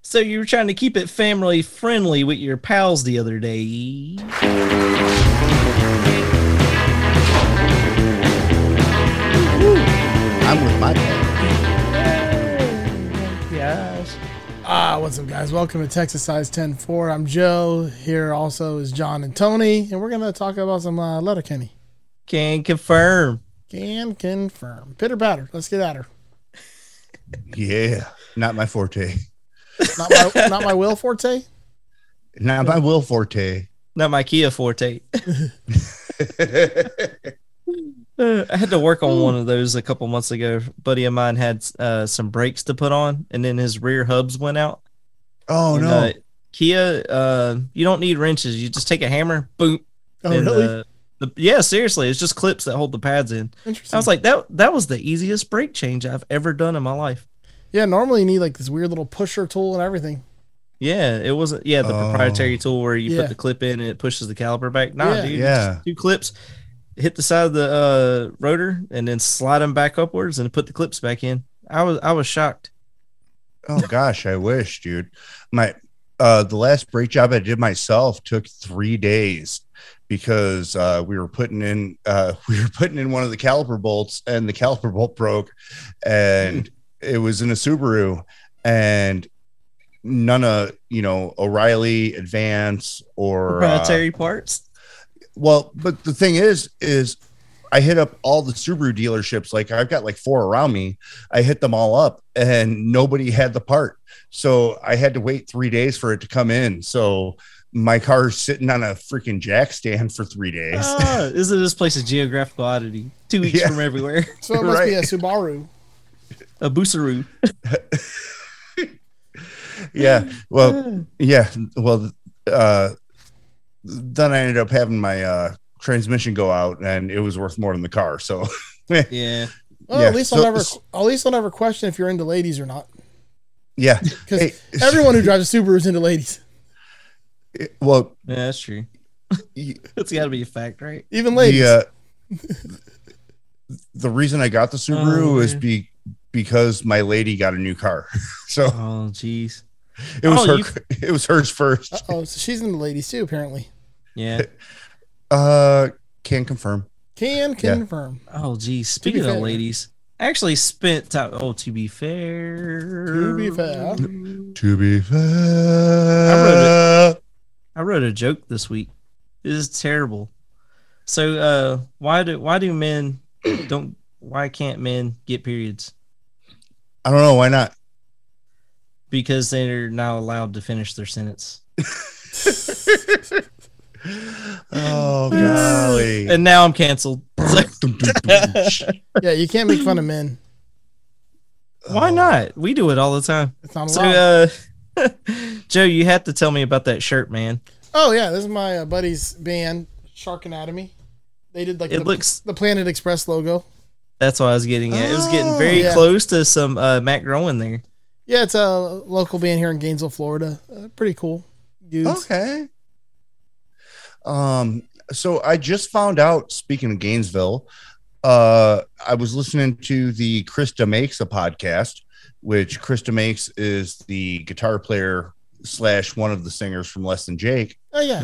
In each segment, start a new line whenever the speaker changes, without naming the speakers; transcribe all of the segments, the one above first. So you were trying to keep it family friendly with your pals the other day.
I'm with my dad.
Yes.
Ah, what's up, guys? Welcome to Texas Size 10 4. I'm Joe. Here also is John and Tony, and we're going to talk about some uh, Letterkenny.
Can confirm.
Can confirm. Pitter patter. Let's get at her.
Yeah, not my forte.
Not my, not my Will Forte.
Not my will forte. Oh,
Not my Kia Forte. Uh, I had to work on one of those a couple months ago. A buddy of mine had uh, some brakes to put on, and then his rear hubs went out.
oh
And,
no,
uh, Kia, uh, you don't need wrenches. You just take a hammer, boom.
Oh,
and,
really?
uh, the, yeah, seriously, it's just clips that hold the pads in.
Interesting.
I was like, that that was the easiest brake change I've ever done in my life.
yeah, normally you need like this weird little pusher tool and everything.
Yeah, it wasn't. Yeah, the
Oh.
proprietary tool where you
Yeah.
put the clip in and it pushes the caliper back. Nah,
Yeah.
dude,
Yeah.
just two clips, hit the side of the uh, rotor, and then slide them back upwards and put the clips back in. I was I was shocked.
oh gosh, I wish, dude. My uh, the last brake job I did myself took three days because uh, we were putting in uh, we were putting in one of the caliper bolts, and the caliper bolt broke, and it was in a Subaru, and none of you know O'Reilly Advance or uh,
Proprietary parts.
Well, but the thing is, is I hit up all the Subaru dealerships. Like I've got like four around me. I hit them all up, and nobody had the part. So I had to wait three days for it to come in. So my car's sitting on a freaking jack stand for three days.
Ah, this is this place a geographical oddity. Two weeks
Yeah.
from everywhere.
So it must be a
Right.
Subaru.
A Busaru.
yeah. Well, yeah. Well, uh, then I ended up having my uh, transmission go out, and it was worth more than the car. So
Yeah.
Well,
Yeah,
at least
so-
I'll never at least I'll never question if you're into ladies or not.
yeah.
Because
Hey,
everyone who drives a Subaru is into ladies.
well.
Yeah, that's true.
y-
It's got to be a fact, right?
Even ladies.
The, uh, the reason I got the Subaru
Oh,
is
man.
be because my lady got a new car, so
Oh, jeez.
it was
Oh,
her. It was hers first.
oh, so she's into ladies too, apparently.
Yeah.
Uh, can confirm.
Can
Yeah.
confirm.
Oh, geez. Speaking of
fair.
ladies, I actually spent time. Oh, to be fair.
To be fair.
To be fair,
I wrote a joke this week. This is terrible. So, uh, why do why do men don't why can't men get periods?
I don't know why not.
Because they're not allowed to finish their sentence.
Oh golly!
And now I'm canceled.
Yeah, you can't make fun of men.
Why
Oh.
not? We do it all the time.
It's not
So,
allowed.
uh, Joe, you have to tell me about that shirt, man.
oh yeah, this is my uh, buddy's band, Shark Anatomy. They did like
It
the,
looks-
the Planet Express logo.
That's what I was getting at. It was getting
Oh,
very
yeah.
close to some uh, Matt Groen there.
Yeah, it's a local band here in Gainesville, Florida. Uh, pretty cool dudes.
Okay. Um, so I just found out, speaking of Gainesville, uh, I was listening to the Krista Makes a podcast, which Krista Makes is the guitar player slash one of the singers from Less Than Jake.
Oh yeah,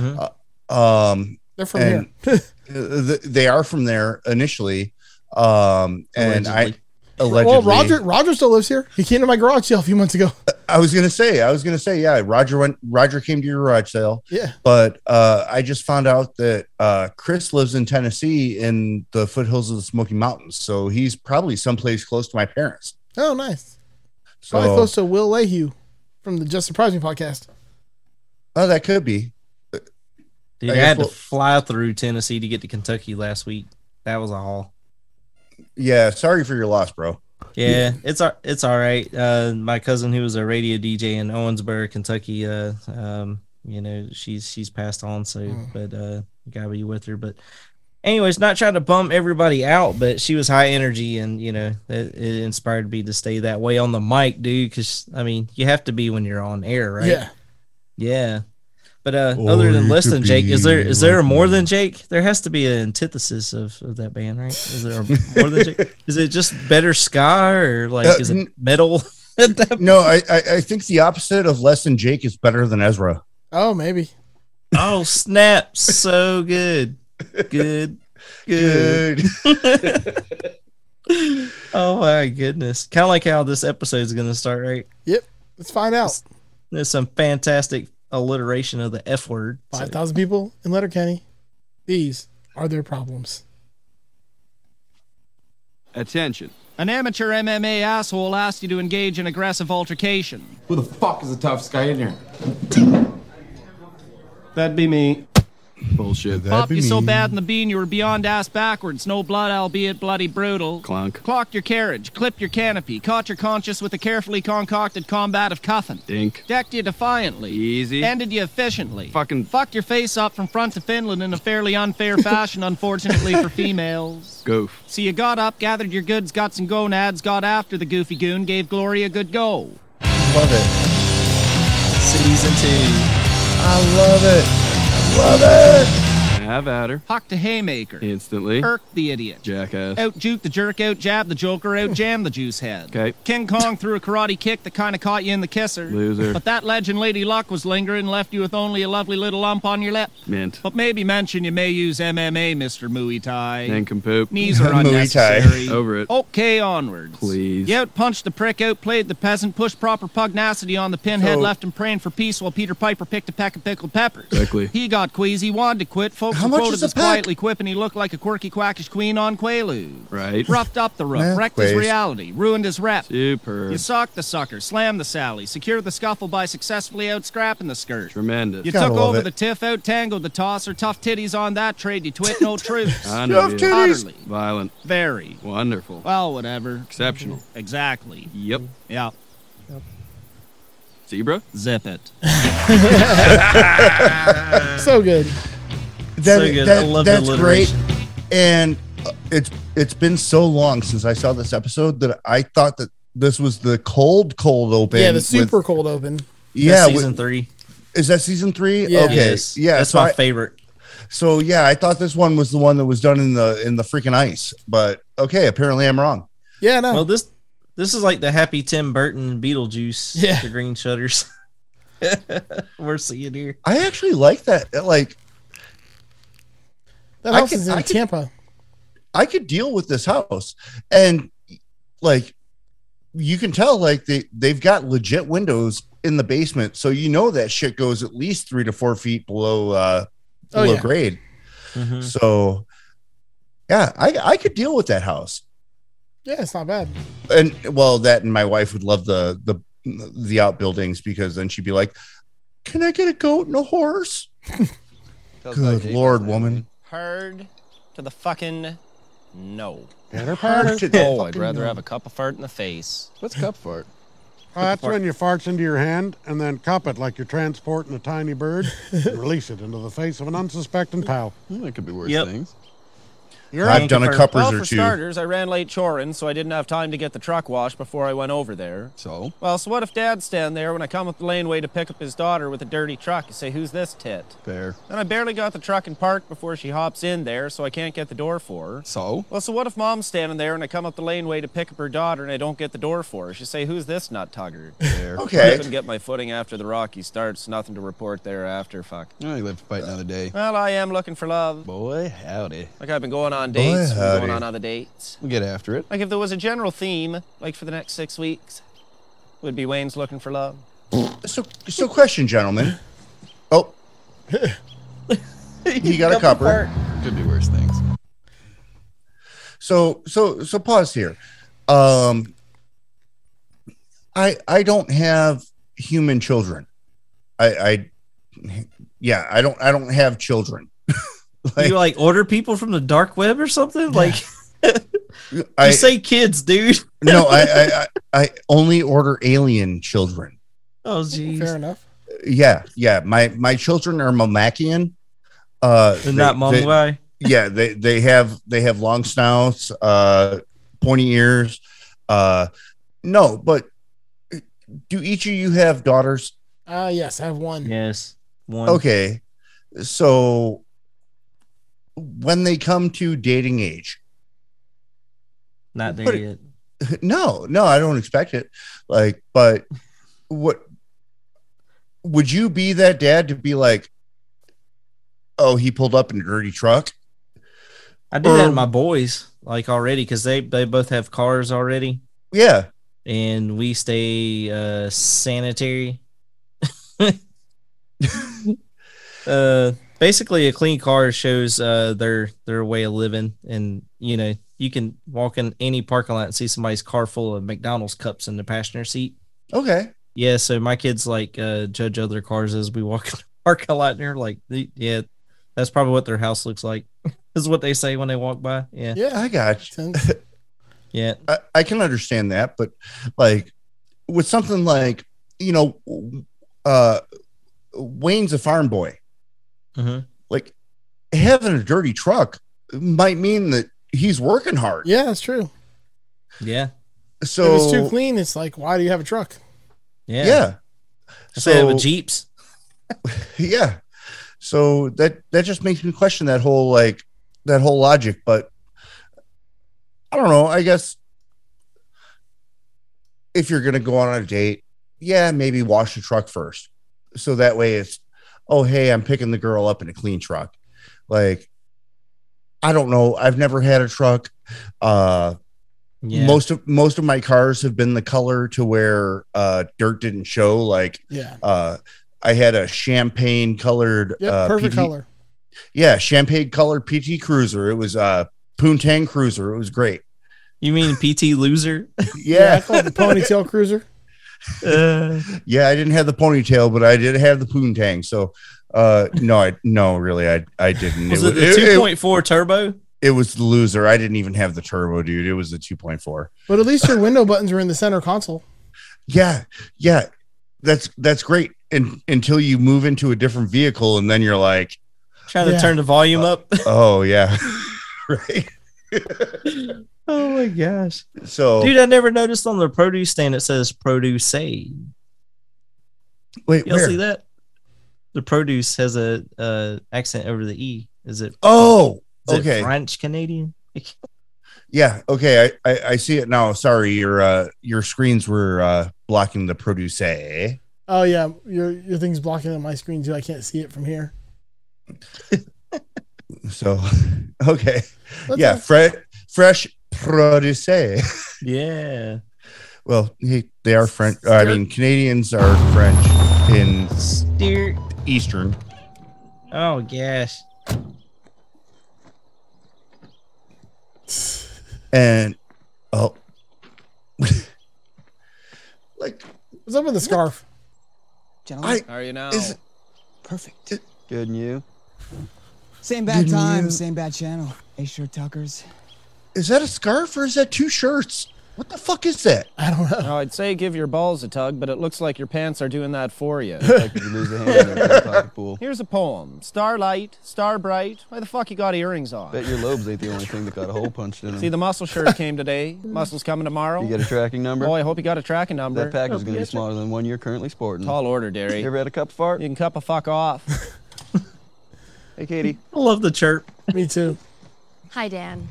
Mhm.
Um,
they're from
And-
here.
th- they are from there initially. Um, and
Allegedly.
I
well,
allegedly,
Roger Roger still lives here. He came to my garage sale a few months ago.
I was gonna say, I was gonna say, yeah, Roger went, Roger came to your garage sale.
Yeah.
but uh, I just found out that uh, Chris lives in Tennessee in the foothills of the Smoky Mountains, so he's probably someplace close to my parents.
Oh nice.
So
Probably close to Will Lehue from the Just Surprise Me podcast.
oh, that could be.
Dude,
I
I,
guess
had
we'll-
to fly through Tennessee to get to Kentucky last week. That was a haul.
Yeah, sorry for your loss, bro.
Yeah, it's all it's all right. Uh, my cousin who was a radio DJ in Owensboro, Kentucky, uh, um, you know, she's she's passed on, so
Mm.
but uh, gotta be with her. But anyways, not trying to bum everybody out, but she was high energy, and you know, it, it inspired me to stay that way on the mic, dude. Because I mean, you have to be when you're on air, right?
Yeah.
Yeah. But uh,
Or
other than
you
less
could
than Jake, is
be
there is there a
like
more
me.
than Jake? There has to be an antithesis of, of that band, right? Is there a more than Jake? Is it just better ska or like
Uh,
is
n-
it metal?
No, I, I I think the opposite of less than Jake is better than Ezra.
Oh, maybe.
oh snap! So good, good, good.
Good.
oh my goodness! Kind of like how this episode is going to start, right?
Let's find out.
There's some fantastic alliteration of the F word. so-
5,000 people in Letterkenny. These are their problems.
Attention.
An amateur MMA asshole asked you to engage in aggressive altercation.
Who the fuck is the toughest guy in here?
That'd be me.
Bullshit. That
Popped you so bad in the bean you were beyond ass backwards. No blood, albeit bloody brutal.
clunk.
Clocked your carriage, clipped your canopy, caught your conscience with a carefully concocted combat of cuffing.
Dink.
Decked you defiantly.
Easy.
Ended you efficiently.
Fucking
Fucked your face up from front to Finland in a fairly unfair fashion, unfortunately for females.
goof.
So you got up, gathered your goods, got some gonads, got after the goofy goon, gave Glory a good go.
Love it.
Season two.
I love it. Love it.
Have at her.
Hucked a haymaker.
Instantly.
Irk the idiot.
Jackass.
Out juke the jerk, out jab the joker, out jam the juice head.
Okay.
King Kong threw a karate kick that kind of caught you in the kisser.
Loser.
But that legend Lady Luck was lingering and left you with only a lovely little lump on your lip.
Mint.
But maybe mention you may use MMA, Mr. Muay Thai.
Nincompoop.
Knees are
Muay Thai.
unnecessary.
Over it.
Okay, onwards.
Please.
You outpunched the prick, outplayed the peasant, pushed proper pugnacity on the pinhead,
So-
left him praying for peace while Peter Piper picked a pack of pickled peppers.
Quickly.
He got queasy, wanted to quit. Folks
How
were
much
quoted
is a
as
pack?
quietly quipping he looked like a quirky quackish queen on Quaalude.
Right.
Roughed up the rook,
Yeah,
wrecked his
please.
reality, ruined his rep.
Super.
You socked the sucker, slammed the Sally, secured the scuffle by successfully outscrapping the skirt.
Tremendous.
You
Gotta
took
love
over
it.
the tiff, out tangled the tosser, tough titties on that trade, you twit no truth.
I know
Stuffed
you.
titties.
Utterly,
Violent.
very,
Wonderful.
well, whatever.
Exceptional.
Exactly.
Yep.
Yeah.
Zebra.
Zip it.
So good.
That,
so good.
that-
I love the
that's great.
alliteration.
And uh, it's it's been so long since I saw this episode that I thought that this was the cold cold open.
yeah, the
with-
super cold open.
yeah,
That's season
with-
three.
is that season three?
Yeah.
Okay,
Yes,
yeah.
that's
so
my
I-
favorite.
So yeah, I thought this one was the one that was done in the in the freaking ice, but okay, apparently I'm wrong.
Yeah, no.
Well, this this is like the happy Tim Burton Beetlejuice.
Yeah.
the green shutters. We're seeing here.
I actually like that. uh, Like
that
I
house
could-
is in
I could-
Tampa.
I could deal with this house, and like you can tell, like they they've got legit windows in the basement, so you know that shit goes at least three to four feet below uh
Oh,
below
yeah. Mm-hmm.
grade. So yeah, I I could deal with that house,
Yeah, it's not bad.
and well, that and my wife would love the the the outbuildings because then she'd be like, "Can I get a goat and a horse?" Good lord, woman.
Hard to the fucking no.
Hard to-
Oh, I'd rather have a cup of fart in the face.
What's cup fart?
Oh, that's when you farts into your hand and then cup it like you're transporting a tiny bird and release it into the face of an unsuspecting pal.
Hmm, that could be worse
Yep.
things.
You're
I've done a
Well,
cuppers
for
or two.
starters, I ran late chorin, so I didn't have time to get the truck washed before I went over there.
So,
Well, so what if Dad's standing there when I come up the laneway to pick up his daughter with a dirty truck and say, who's this tit?
fair.
And I barely got the truck in park before she hops in there, so I can't get the door for her.
So,
Well, so what if mom's standing there and I come up the laneway to pick up her daughter and I don't get the door for her? She'll say, Who's this nut tugger?
fair.
I
Okay,
couldn't get my footing after the Rocky starts. Nothing to report thereafter. Fuck.
Oh, you live to fight another day.
Well, I am looking for love.
Boy, howdy.
Like I've been going on dates, been going
howdy.
on other dates.
We'll get after it.
Like if there was a general theme, like for the next six weeks, would be Wayne's looking for love.
so so question, gentlemen. Oh, he got a cupper.
Could be worse things.
So so so pause here. Um I I don't have human children. I I yeah, I don't I don't have children.
you like order people from the dark web or something? Like you
I
say kids, dude.
no, I, I I I only order alien children.
Oh jeez.
Fair enough.
Yeah, yeah. My my children are Mamakian. Uh
They're not
they-
Mong
they-
Wai.
yeah they they have they have long snouts uh pointy ears uh no but do each of you have daughters
Uh, yes, I have one.
Yes. One.
okay so when they come to dating age
Not there
Put it-
yet.
no, no, I don't expect it. Like, but what would you be that dad to be like, oh, he pulled up in a dirty truck?
I do that to
Um,
my boys like already because they they both have cars already,
Yeah.
and we stay uh sanitary. uh, basically, a clean car shows uh their their way of living, and you know you can walk in any parking lot and see somebody's car full of McDonald's cups in the passenger seat.
Okay.
Yeah, so my kids like uh judge other cars as we walk in the parking lot, and they're like, "The- yeah, that's probably what their house looks like. Is what they say when they walk by. Yeah,
Yeah.
I got you.
Sense.
yeah.
I, I can understand that, but like with something like, you know, uh, Wayne's a farm boy.
Mm-hmm.
hmm
Like having a dirty truck might mean that he's working hard.
Yeah, that's true.
Yeah.
So
if it's too clean, it's like, why do you have a truck?
Yeah.
Yeah.
So they have a Jeeps.
yeah so that that just makes me question that whole like that whole logic but i don't know i guess if you're gonna go on a date yeah maybe wash the truck first so that way it's oh hey i'm picking the girl up in a clean truck like i don't know i've never had a truck uh
Yeah.
most of most of my cars have been the color to where uh dirt didn't show like
Yeah.
uh I had a champagne colored
Yep.
uh,
perfect
PT
color.
Yeah, champagne colored PT Cruiser. It was uh Poontang Cruiser. It was great.
you mean PT loser?
Yeah.
Yeah.
I call it the ponytail cruiser.
Uh,
Yeah, I didn't have the ponytail, but I did have the Poontang. So uh no, I no, really I I didn't.
was
it,
it
was- it-
the
it-
two point four turbo?
it was the loser. I didn't even have the turbo, dude. It was the 2.4.
But at least your window buttons are in the center console.
Yeah. Yeah. That's that's great. And until you move into a different vehicle and then you're like,
Trying
Yeah.
to turn the volume up.
"Oh yeah." right?
oh my gosh.
So
Dude, I never noticed on the produce stand it says produce save.
wait,
Y'all
where?
see that? The produce has a uh accent over the E. Is it
Oh,
is it
okay.
French Canadian?
Yeah. Okay. I, I, I see it now. Sorry, your uh, your screens were uh, blocking the produce. Yeah.
Oh yeah, your your thing's blocking up my screen too. I can't see it from here.
So, okay.
That's
yeah.
all.
Fre- fresh produce.
Yeah.
Well, hey, they are French. I mean, Canadians are French in
Dear
Eastern.
Oh gosh.
And oh, like
What's up with the scarf?
I
Are you now?
is
Perfect.
Good and you?
Same bad
Didn't
time,
you-
same bad channel. Hey, sure, Tuckers.
is that a scarf or is that two shirts? What the fuck is that?
I don't
uh,
know.
Oh, I'd say give your balls a tug, but it looks like your pants are doing that for you.
Like if you lose a hand in a cold pocket pool.
Here's a poem Starlight, Starbright. Why the fuck you got earrings on?
Bet your lobes ain't the only thing that got a hole punched in them.
See, the muscle shirt came today. Muscle's coming tomorrow.
you got a tracking number?
Boy, I hope you got a tracking
that
number.
package is gonna be smaller than one you're currently sporting.
Tall order, Derry.
You
You
ever had a cup fart?
can cup a fuck off.
Hey, Katie.
I love the chirp.
Me too.
Hi, Dan.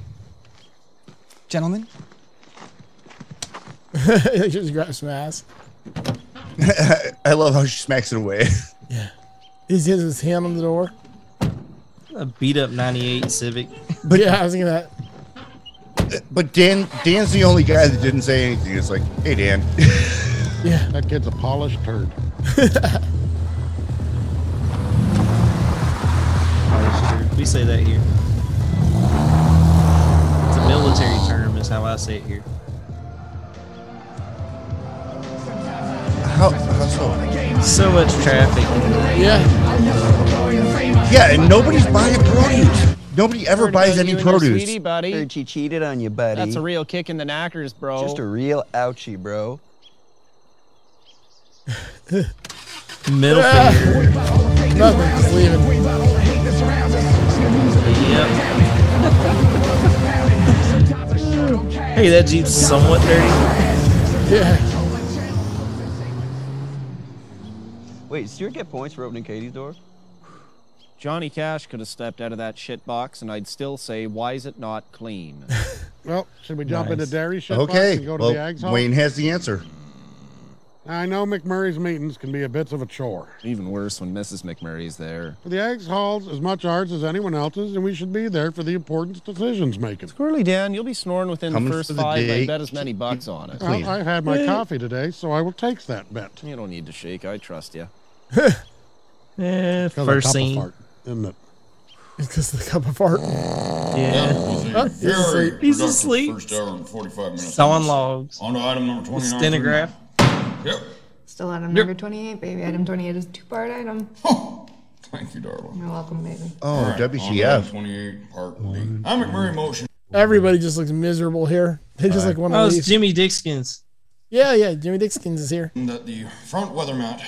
Gentlemen,
He just grabbed some ass.
I love how she smacks it away.
He's his his hand on the door.
A beat up ninety eight Civic.
But yeah, I was thinking that.
But Dan Dan's the only guy that didn't say anything. It's like, hey Dan.
Yeah.
That kid's a polished turd.
We say that here. It's a military term, is how I say it here.
How, how so?
So much traffic.
Yeah.
Yeah, and nobody's buying produce. Nobody ever buys any
You and your
produce.
Sweetie, buddy.
Heard she cheated on you, buddy.
That's a real kick in the knackers, bro.
Just a real ouchie, bro.
Middle finger.
Nothing. Just leaving.
Yep. hey, that Jeep's somewhat dirty.
Yeah.
Wait, did Stuart get points for opening Katie's door?
Johnny Cash could have stepped out of that shit box, and I'd still say, why is it not clean?
Well, should we jump into
Nice.
dairy shit box
Okay.
and go to the
Well,
ag hall?
Wayne has the answer.
I know McMurray's meetings can be a bit of a chore.
Even worse when Mrs. McMurray's there.
The Ag's hall's as much ours as anyone else's, and we should be there for the important decisions making.
Squirrely Dan, you'll be snoring within
Coming
the first
for the
five.
day.
I bet as many bucks on it.
Well, I've had my coffee today, so I will take that bet.
You don't need to shake. I trust you.
Yeah,
Because I
first
couple
scene.
fart, isn't it?
It's because of the cup of fart. Oh,
Yeah.
Very
He's
productive
asleep.
First hour and 45 minutes.
Sawing logs.
On to item number 29.
Stenograph.
Yep.
Still item number 28, baby. Item 28 is a two part item.
Thank you, darling.
You're welcome, baby.
Oh,
All right, on to item
WTF.
28, part D. I'm McMurray Motion.
Everybody just looks miserable here. They just like want to
Oh,
leave.
it's Mm-hmm. Jimmy Dixkins.
yeah, yeah. Jimmy Dixkins is here.
that the front weather mount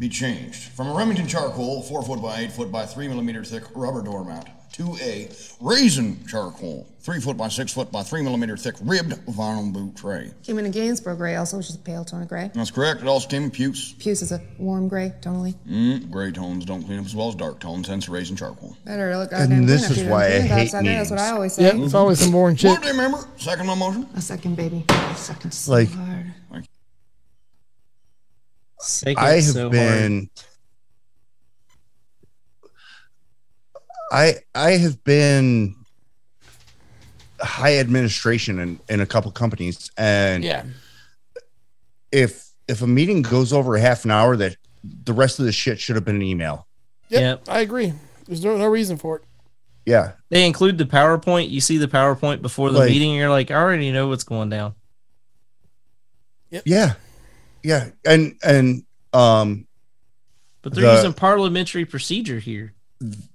be changed from a Remington charcoal, 4 foot by 8 foot by 3 millimeter thick rubber door mount to a raisin charcoal, 3 foot by 6 foot by 3 millimeter thick ribbed vinyl boot tray.
Came in a Gainsborough gray, also, which is a pale tone of gray.
That's correct. It also came in puce.
Puce is a warm gray, tonally.
Mm, gray tones don't clean up as well as dark tones, hence raisin charcoal.
Better to look
And
goddamn
this
clean up
is
here.
why I
Clean up
hate
outside there, That's what I
meetings.
always say.
Yep, it's always some boring shit.
What do you remember? Second my motion.
A second, baby. A second. So
Like-
hard.
Second
I have
so hard.
been. I I have been high administration in, in a couple companies and
Yeah.
if if a meeting goes over half an hour that the rest of the shit should have been an email
Yep,
Yep.
I agree. There's no, no reason for it.
yeah
They include the PowerPoint. You see the PowerPoint before the
Like-
meeting. You're like, I already know what's going down.
yeah yeah and and um
But they're
The-
using parliamentary procedure here.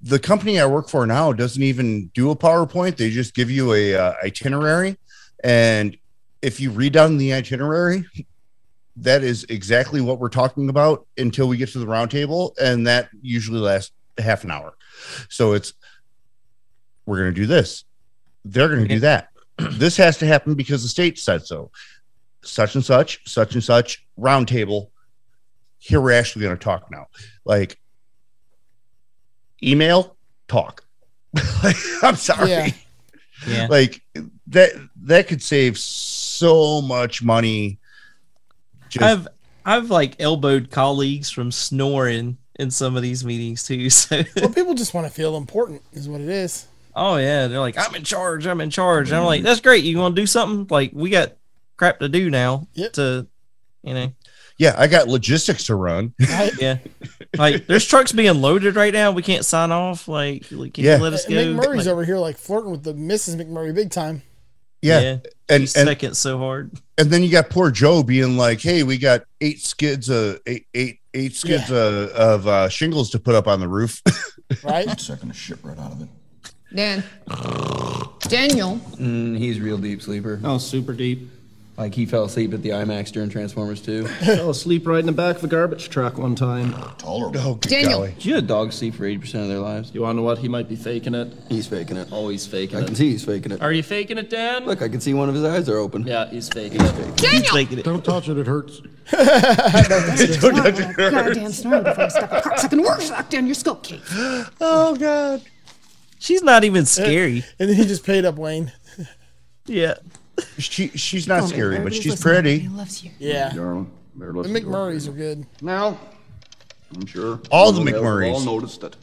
the company i work for now doesn't even do a powerpoint they just give you a uh, itinerary and if you read down the itinerary that is exactly what we're talking about until we get to the roundtable and that usually lasts half an hour so it's we're going to do this they're going to do that this has to happen because the state said so such and such such and such roundtable here we're actually going to talk now like email talk i'm sorry
Yeah.
Yeah.
like that that could save so much money just
I've I've like elbowed colleagues from snoring in some of these meetings too. So
Well, people just want to feel important, is what it is.
oh yeah, they're like, I'm in charge, I'm in charge. And I'm like, that's great. You wanna do something? Like we got crap to do now
Yep.
to you know.
yeah i got logistics to run
I,
Yeah. like there's trucks being loaded right now. We can't sign off. Like can
Yeah.
you let us go?
McMurray's
Like,
over here like flirting with the Mrs. McMurray big time.
yeah,
And,
and and,
second so hard.
and then you got poor joe being like hey we got eight skids uh eight eight eight skids uh, of uh shingles to put up on the roof
Right?
I'd sucking the shit right out of it.
Dan. Daniel.
Mm, he's a real deep sleeper.
Oh, super deep.
Like he fell asleep at the IMAX during Transformers 2.
Fell asleep right in the back of a garbage truck one time.
Tolerable.
oh good
Daniel.
golly.
Do you know dogs sleep for 80% of their lives?
You wanna know what? He might be faking it.
He's faking it.
Always faking
I can
it.
see he's faking it.
Are you faking it, Dan?
Look, I can see one of his eyes are open.
Yeah, he's faking it.
He's making it.
Don't touch it, it hurts.
Goddamn snoring before I stop a cocksucking workshop down your skull cave.
oh god
She's not even scary.
And then he just paid up Wayne.
yeah.
she she's not scary but
Everybody's
she's
listening.
pretty
He loves you.
Yeah.
Darling, better
The
listen to her.
McMurrays are good.
Now, I'm sure
All the
we've
McMurrays.
All noticed it.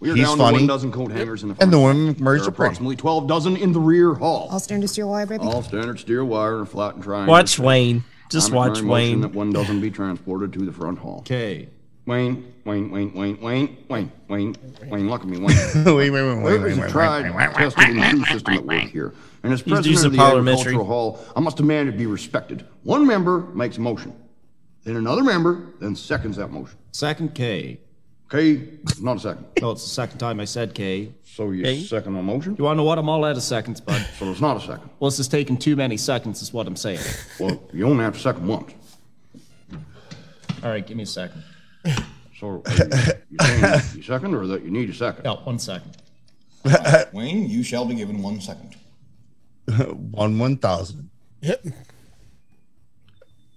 We are
He's
down
funny.
to one dozen coat hangers in the front.
and the women
There
McMurray's
are
are pretty
approximately 12 dozen in the rear
All
hall.
stand to steer wire, baby.
All standard steer wire and flat and triangle.
Watch Wayne. Just
I'm
watch Wayne.
declaring motion That one dozen be transported to the front hall.
Okay.
Wayne, Wayne, Wayne, Wayne, Wayne, Wayne, Wayne, Wayne, look at me, Wayne.
wait wait wait wait, wait,
There's a
wait,
tried,
wait, wait.
tested, and true system at work here. And as president
using
of the
parliamentary.
agricultural hall, I must demand it be respected. One member makes a motion, then another member, then seconds that motion.
Second K.
Okay, not a second.
No, it's the second time I said K.
So you
Okay.
second a motion?
You wanna know what? I'm all out of seconds, bud.
So it's not a second.
Well, this is taking too many seconds, is what I'm saying.
Well, you only have to second once.
All right, give me a second.
So are you, you saying you second or that you need a second?
No, one second.
Wayne, you shall be given one second.
one one thousand
Yep.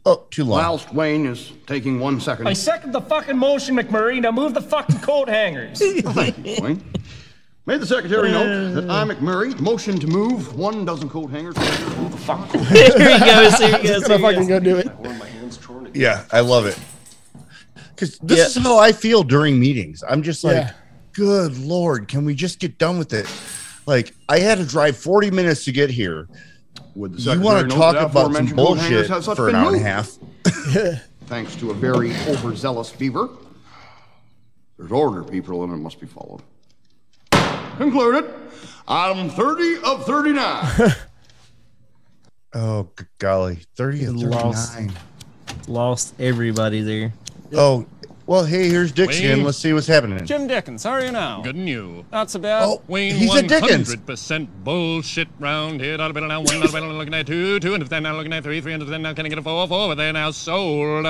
oh too long
Whilst Wayne is taking one second,
I second the fucking motion, McMurray. Now move the fucking coat hangers.
Wayne, May the secretary note that I, McMurray, motion to move one dozen coat hangers. Who the fuck? there
he goes, there
he goes, there he goes. Go do it.
Yeah, I love it. Because this
Yeah.
is how I feel during meetings. I'm just like,
Yeah.
good Lord, can we just get done with it? Like, I had to drive 40 minutes to get here.
Would the
you
secretary
want to talk
note that
about some
aforementioned coat hangers
bullshit
have such
for an
been
hour and a
moved?
half?
Thanks to a very overzealous fever. There's order, people, and it must be followed. Concluded. Item 30 of 39.
Oh, g- golly. 30 and
Lost.
39.
Lost everybody there.
Oh, well, hey, here's Dixon.
Wayne.
Let's see what's happening.
Jim Dickens, how are you now? Good and you. Not so bad.
Oh,
Wayne,
he's a Dickens.
100% bullshit round here. Not a bit of now, one, not a bit of looking at two, two, and if they're now looking at three, three, and if they're now can I get a four, four, but they're now sold.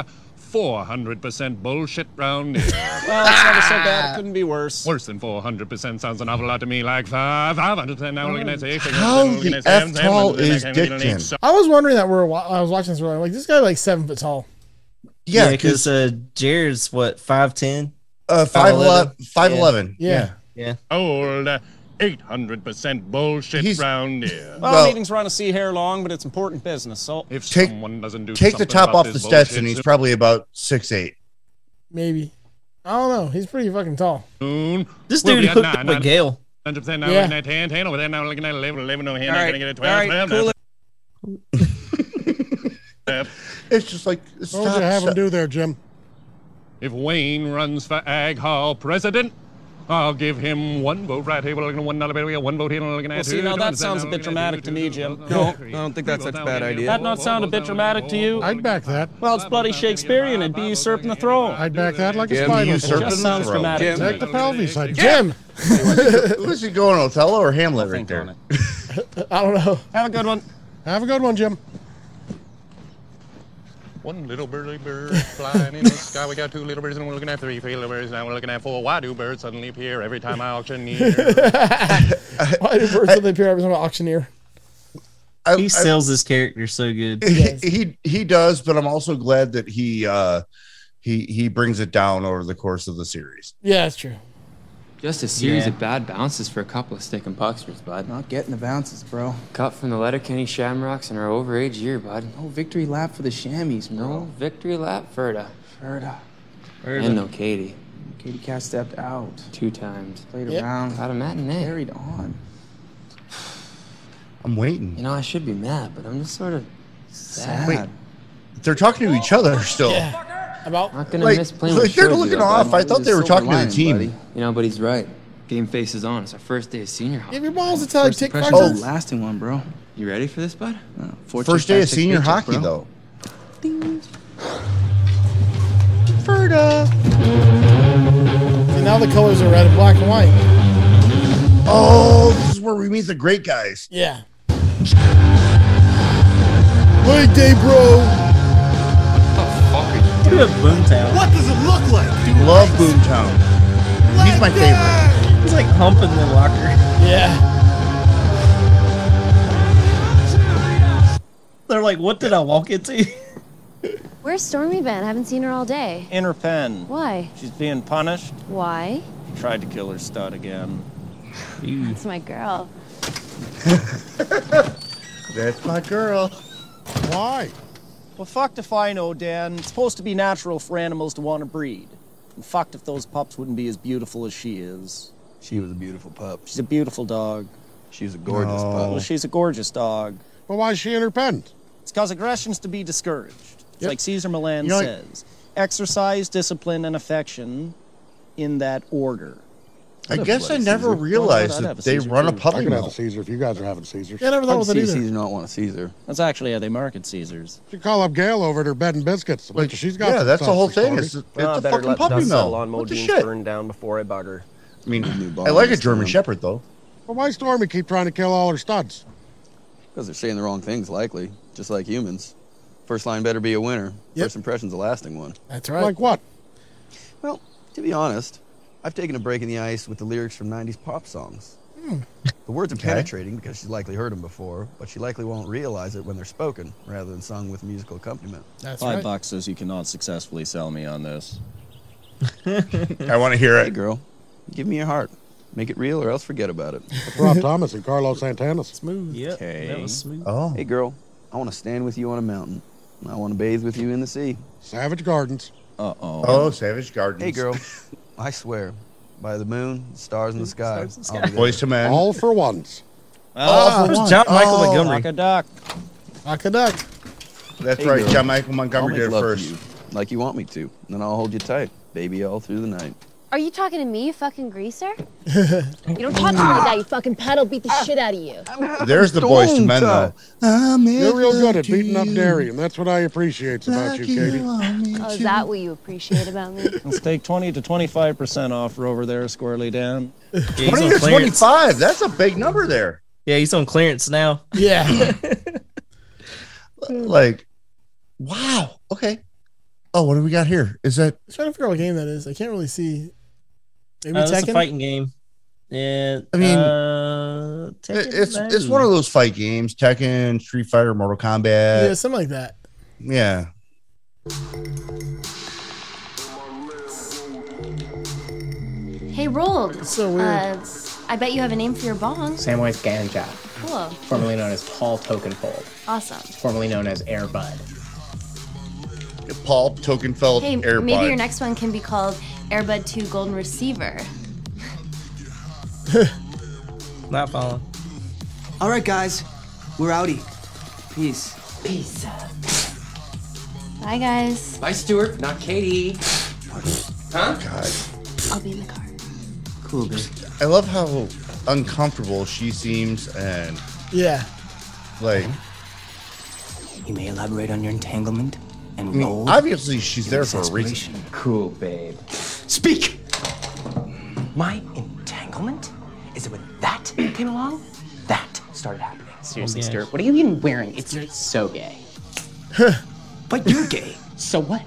400% bullshit round here.
Well, it's never so bad. It couldn't be worse.
Worse than 400% sounds an awful lot to me, like five, 500% now looking at six. six,
How
looking
the
at seven,
F
seven,
tall
looking at
is
eight, looking at eight,
Dickens?
so-
I was wondering that we're. wa- I was watching this. We're like, this guy like seven foot tall.
Yeah, because uh, Jared's what five ten.
Uh,
5'11.
Yeah.
yeah.
Sold. 800% bullshit round here.
Well, meetings run a sea hair long, but it's important business. So
if
Take-
someone doesn't do
Take the
something
top
about
off the
this
stats,
bullshit
and he's probably about six eight.
Maybe. I don't know. He's pretty fucking tall.
soon,
This
we'll
dude
be at
hooked
nine,
up with
nine.
Gale.
100% now
Yeah.
looking at 10, 10 over there now looking at 11, 11 over here,
All
not
right,
gonna get a
all
12,
right,
12
cool
now.
it.
It's just like
What would you
stop.
have him
stop.
do there, Jim?
If Wayne runs for Ag Hall president, I'll give him one vote right here. We're looking at one dollar bill, one vote here, we're looking at
Well,
two.
see, now
two,
that
two,
sounds a
two,
bit
two,
dramatic
two,
to
two,
me,
two,
Jim.
two,
No,
three.
I don't think that's such a bad idea.
that not sound a bit dramatic to you?
I'd back that.
Well, it's bloody Shakespearean. It'd be usurping the throne.
I'd back that like a
Jim,
spider.
you
would.
usurped
Just
the
sounds
throne.
dramatic.
Jim.
Take the pelvis. I'd
Jim.
Who's he going, Othello or Hamlet, right
Think on
there?
it.
I don't know.
Have a good one.
Have a good one, Jim.
One little birdie bird flying in the sky. We got two little birds and we're looking at three, three little birds. Now we're looking at four. Why do birds suddenly appear every time I auctioneer?
Why do birds live here every time an auctioneer?
I-
He
I-
sells this character so good.
Yes.
he he does, but I'm also glad that he uh he he brings it down over the course of the series.
Yeah, it's true.
Just a series
Yeah.
of bad bounces for a couple of sticking pucksters, bud.
Not getting the bounces, bro.
Cut from the Letterkenny Shamrocks in our overage year, bud.
No victory lap for the chamois,
No
bro.
victory lap, Ferda.
Ferda.
And no Katie.
Katie Cat stepped out.
Two times.
Played
Yep.
around.
Out of matinee.
Carried on.
I'm
You
waiting.
know, I should be mad, but I'm just sort of sad.
Wait, they're talking to each other still.
About
Not gonna
Like-
miss playing
like,
with
they're
Shoji,
looking
though,
off.
bud.
I thought
He's
they
a
were
silver
talking to the
lining,
team.
buddy. You know, but he's right. Game face is on. It's our first day of senior hockey.
give your balls a tug.
First
Take
impression.
Oh.
pressure.
Oh.
Lasting one, bro.
You ready for this, bud?
Uh,
No, four,
First
two,
day
five,
of
six
senior
paycheck,
hockey
bro.
though.
And now the colors are red and black and white.
Oh, this is where we meet the great guys.
Yeah. Great day, bro.
Do a boomtown.
What does it look like?
Love Boomtown. He's my favorite.
He's like humping the locker.
Yeah.
They're like, what did I walk into?
Where's Stormy been? Haven't seen her all day.
In her pen.
Why?
She's being punished.
Why?
Tried to kill her stud again.
It's my girl.
That's my girl.
Oh. Why?
Well, fucked if I know, Dan. It's supposed to be natural for animals to want to breed. And fucked if those pups wouldn't be as beautiful as she is.
She was a beautiful pup.
She's a beautiful dog.
She was a gorgeous
Well,
pup.
she's a gorgeous dog.
Well, why is she in her pen?
It's cause aggression's to be discouraged. It's
Yep.
like Caesar Milan
You know,
says. Exercise, discipline, and affection in that order.
I guess I
bloody
never
Caesar.
realized
Well, I'd have
that
a
they
Caesar
run a
too.
I
puppy
could have a
mill.
Caesar if you guys are having Caesars.
Yeah, I never thought
Hard
was
to
that
see
either.
Caesar not want Caesar.
That's actually how they market Caesar's.
You call up Gail over to her bed and biscuits. I bet you she's got
yeah,
some
that's the
sauce
whole
for
thing.
Stormy.
It's, it's a fucking puppy mill. What the shit?
down before I bug her.
I mean,
New
I like a
bodies,
German
yeah.
Shepherd though.
Well, why Stormy keep trying to kill all her studs?
Because they're saying the wrong things, likely, just like humans. First line better be a winner.
Yep.
First impression's a lasting one.
That's right.
Like what?
Well, to be honest, I've taken a break in the ice with the lyrics from 90s pop songs.
Hmm.
The words are penetrating because she's likely heard them before, but she likely won't realize it when they're spoken rather than sung with musical accompaniment.
That's
Five
right.
bucks says you cannot successfully sell me on this.
I want to hear
Hey,
it.
girl, give me your heart. Make it real or else forget about it.
Rob Thomas and Carlos Santana.
Smooth.
Yep.
Okay.
That was smooth.
Oh.
Hey, girl. I want to stand with you on a mountain. and I want to bathe with you in the sea.
Savage Gardens.
Uh oh.
Oh, Savage Gardens.
Hey, girl. I swear, by the moon, the stars, and the sky.
Stars and
I'll
sky.
be there.
Boys to men.
All for once.
Oh, it was John Michael Montgomery.
Knock a duck.
Knock a duck.
That's
Hey,
right.
girl.
John Michael
I'll
Montgomery
make
did it
love to
first.
you, like you want me to. And then I'll hold you tight, baby, all through the night.
Are you talking to me, you fucking greaser? you don't talk to me like that, you fucking pet. I'll beat the shit out of you.
There's the boys to
Don't,
men,
uh,
though. I'm in
You're real
love
good at
to
beating up
you.
dairy, and that's what I appreciate about you,
Lucky
Katie.
I'm in
Oh, is
you.
that what you appreciate about me?
Let's take 20 to 25% off Rover there, squarely down.
Yeah, he's
20
on
to
clearance.
25. That's a big number there.
Yeah, he's on clearance now.
Yeah.
Hmm.
Like, wow. Okay. Oh, what do we got here? Is that
I'm trying to figure out what game that is. I can't really see. Maybe
Uh, that's a
Tekken.
fighting game. Yeah.
I mean,
uh, Tekken,
It- it's it's
no.
one of those fight games, Tekken, Street Fighter, Mortal
yeah,
Kombat.
something like that.
Yeah.
Hey, Rold.
It's so weird.
Uh, I bet you have a name for your bong.
Samwise Ganja,
Cool.
formerly known as Paul Tokenfold,
Awesome.
formerly known as Air Bud.
Paul Tokenfeld
Hey,
Airbud.
maybe your next one can be called Airbud 2 Golden Receiver.
Not following.
All right, guys, we're outie. Peace.
Peace. Bye, guys.
Bye, Stuart, not Katie. Huh?
God.
I'll be in the car.
Cool, dude.
I love how uncomfortable she seems and
Yeah.
like
You may elaborate on your entanglement
I
and
mean,
roll.
obviously she's
your
there for a reason.
exasperation.
Cool, babe.
Speak! My entanglement? Is it when that came along? That started happening.
Seriously,
Oh, yes.
Stuart, what are you even wearing? It's so gay.
But you're gay.
So what?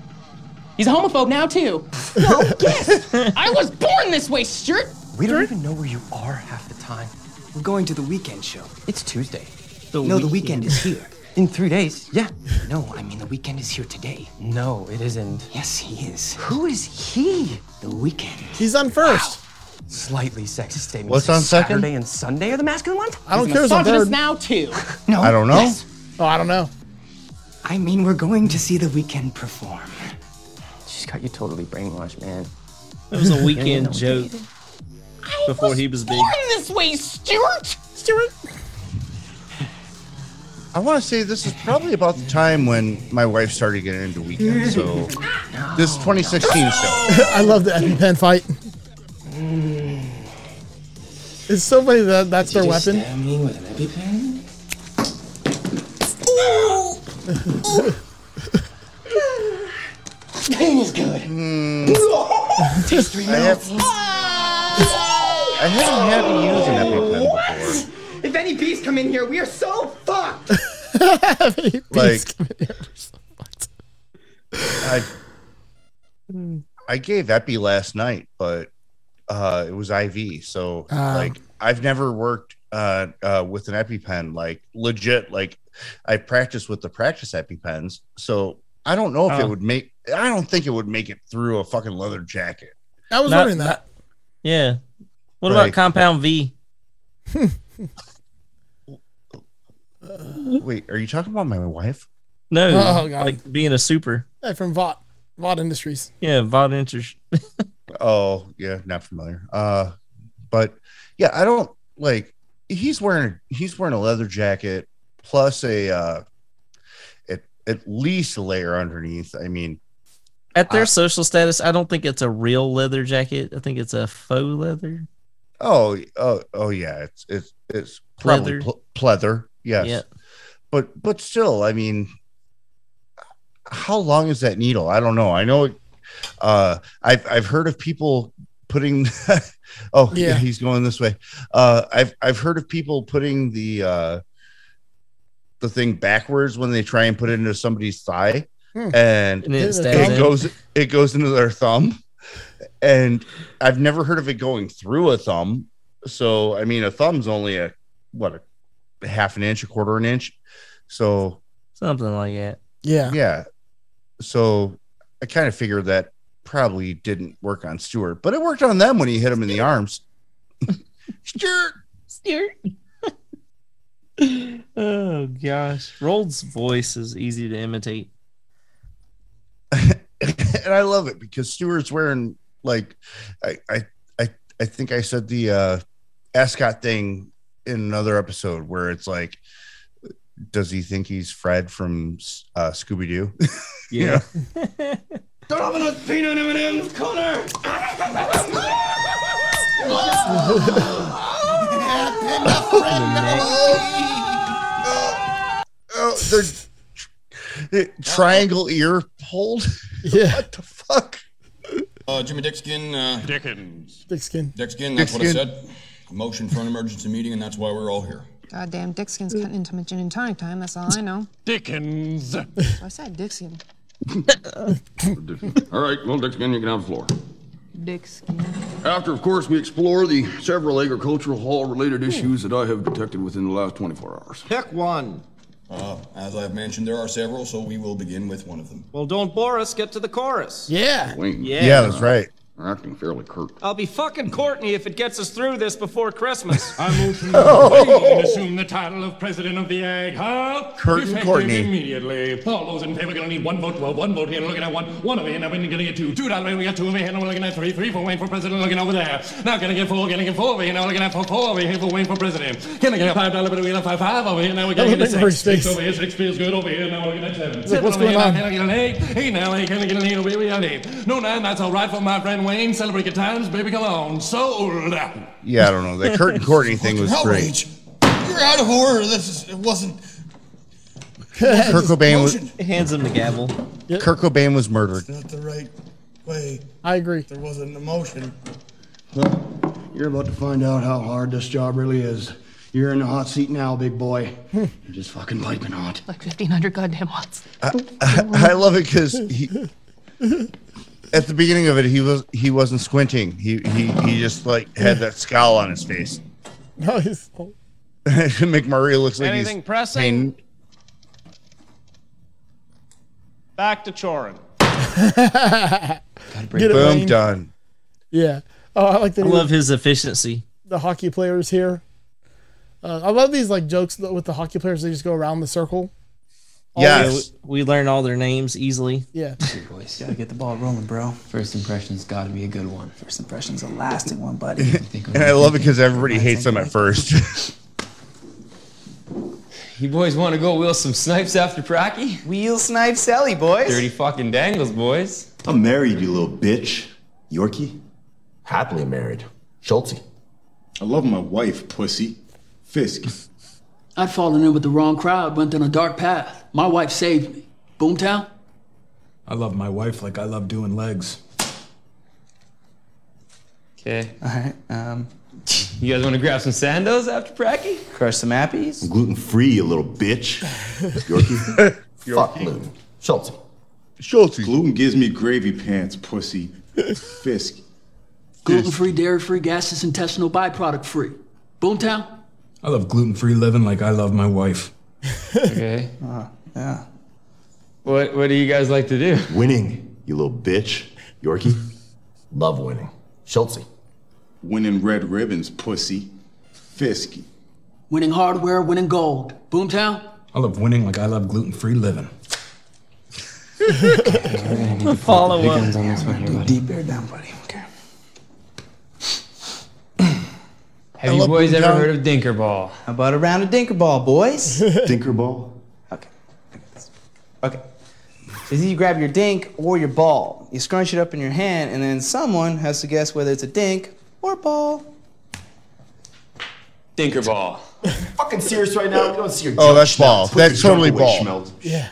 He's a homophobe now, too. No, yes! I was born this way, Stuart!
We don't even know where you are half the time. We're going to the weekend show. It's Tuesday. no, the weekend is here. In three days? Yeah. No, I mean, the weekend is here today.
No, it isn't.
Yes, he is. Who is he? The weekend.
He's on first.
Slightly sexist statements.
What's on second?
Saturday and Sunday are the masculine ones?
I don't
He's
care who's on
Misogynist
third.
now, too.
No.
I don't know.
yes.
Oh, I don't know.
I mean, we're going to see the weekend perform.
She's got you totally brainwashed, man.
It was a weekend joke before he was big.
Born this way, Stuart!
Stuart.
I want to say this is probably about the time when my wife started getting into weekends. So this is 2016 still.
I love the EpiPen fight. It's so funny that that's their weapon.
me with an EpiPen? Pain is good. Takes three
I have-
minutes.
I haven't had to use an EpiPen before.
If any bees come in here, we are so fucked.
like I, I gave epi last night but uh it was iv so
Ah.
like i've never worked uh, uh with an epipen like legit like i practiced with the practice epipens so i don't know if
Oh.
it would make i don't think it would make it through a fucking leather jacket
I was
Not-
wondering that.
Yeah. What
Like-
about Compound V?
wait are you talking about my wife
No,
Oh, God.
like being a super.
Yeah, from Vought. Vought Industries.
Yeah, volunteer.
oh yeah not familiar uh but yeah i don't like he's wearing he's wearing a leather jacket plus a uh at, at least a layer underneath i mean
At their
Uh,
social status, I don't think it's a real leather jacket. I think it's a faux leather.
oh oh oh yeah it's it's it's probably
Pleather.
pl- pleather yes
Yeah.
but but still i mean how long is that needle i don't know i know it uh i've i've heard of people putting oh yeah.
Yeah.
he's going this way uh i've i've heard of people putting the uh the thing backwards when they try and put it into somebody's thigh
Hmm.
and
And it
Is it
stays
thumb?
it
in.
goes it goes into their thumb and i've never heard of it going through a thumb so i mean a thumb's only a what a half an inch a quarter an inch so
something like that.
Yeah.
yeah so i kind of figured that probably didn't work on stewart but it worked on them when he hit him in the arms
Stuart.
Stuart.
Oh gosh, Rold's voice is easy to imitate.
and I love it because Stewart's wearing like I I I, I think I said the uh ascot thing in another episode where it's like does he think he's Fred from uh, Scooby Doo?
Yeah.
Don't have enough peanut M&M's, Connor!
oh, they're triangle ear pulled.
Yeah.
what the fuck?
Uh, Jimmy Dickskin. Uh,
Dickens.
Dickskin.
Dickskin, that's what I
Dickskin.
said. Motion for an emergency meeting, and that's why we're all here.
Goddamn, Dixkin's cutting into my gin and tonic time. That's all I know.
Dickens.
So I said Dixkin.
All right, well, Dickskin, you can have the floor.
Dixkin.
After, of course, we explore the several agricultural hall related issues that I have detected within the last 24 hours. Pick one. Uh, as I've mentioned, there are several, so we will begin with one of them.
Well, don't bore us. Get to the chorus.
Yeah.
Wayne.
Yeah. Yeah, that's
right.
They're acting fairly curt.
I'll be fucking Courtney if it gets us through this before Christmas.
I motion that Wayne assume the title of President of the Egg Hunt.
Curtin
Effective
Courtney.
Immediately. All those in favor going to need one vote. Well, one vote here. Looking at one. One over here. Now we're going to get two. Two down. We're going to get two over here. Now we're looking at three. Three for Wayne for President. Looking over there. Now going to get four. Going to get four over here. Now we're looking at four. Four over here for Wayne for President. Going to get a five dollar bill. We're going to five five over here. Now we're
That
going to
was
get
a great
six. Six
space.
over here. Six feels good over here. Now we're looking at seven.
like, what's
Seven over
going
here.
on?
Now can I get an eight? Eight now, eight. Can I get an eight? Oh, baby, an eight. No nine. That's all right for my friend Wayne. Celebrate your times, baby. Come on. Sold.
Yeah, I don't know. That Kurt and Courtney thing was great.
Outrage! You're out of order. This is, it wasn't.
Kurt Cobain was
Motion.
Hands him the gavel.
Kurt Cobain was murdered.
Not the right way.
I agree.
There was an emotion.
You're about to find out how hard this job really is. You're in the hot seat now, big boy. You're just fucking piping hot.
Like 1,500 goddamn watts.
I love it because he. At the beginning of it, he was he wasn't squinting. He he he just like had that scowl on his face.
No, he's
McMurray looks like
Anything
he's
pressing?
pain-
Back to Chorin.
Get it,
Boom,
Wayne.
done.
Yeah. Oh, I like
I
that. he-
love his efficiency.
the hockey players here. Uh, I love these like jokes tho- with the hockey players. They just go around the circle.
You know, we we learn all their names easily.
Yeah.
Boys, gotta get the ball rolling, bro.
First impression's got to be a good one.
First impression's a lasting one, buddy.
And I love it because everybody hates him at first.
You boys want to go wheel some snipes after Pracky?
Wheel snipe Sally, boys.
Dirty fucking dangles, boys.
I'm married, you little bitch. Yorkie? Happily married. Schultze. I love my wife, pussy. Fisk.
I'd fallen in with the wrong crowd, went down a dark path. My wife saved me. Boomtown?
I love my wife like I love doing legs.
Okay.
All right. Um,
You guys want to grab some sandos after Pracky?
crush some appies.
Gluten free, you little bitch. Yorkie? Fuck gluten. Schultz.
Schultz.
Gluten gives me gravy pants, pussy. Fisk.
Gluten free, dairy free, gaseous, intestinal byproduct free. Boomtown?
I love gluten free living like I love my wife.
Okay.
Uh,
yeah.
What What do you guys like to do?
Winning, you little bitch. Yorkie? Love winning. Schultzy. Winning red ribbons, pussy. Fisk.
Winning hardware, winning gold. Boomtown?
I love winning like I love gluten free living.
Follow
Big
up.
ones on this one here, buddy.
Deep air down, buddy. Okay.
Have you boys ever heard of Dinkerball?
How about a round of dinkerball, boys?
Dinkerball?
Okay. So either you grab your dink or your ball. You scrunch it up in your hand, and then someone has to guess whether it's a dink or a ball.
Dinkerball.
Fucking serious right now. We don't see your
Oh, that's ball. That's totally ball.
Yeah.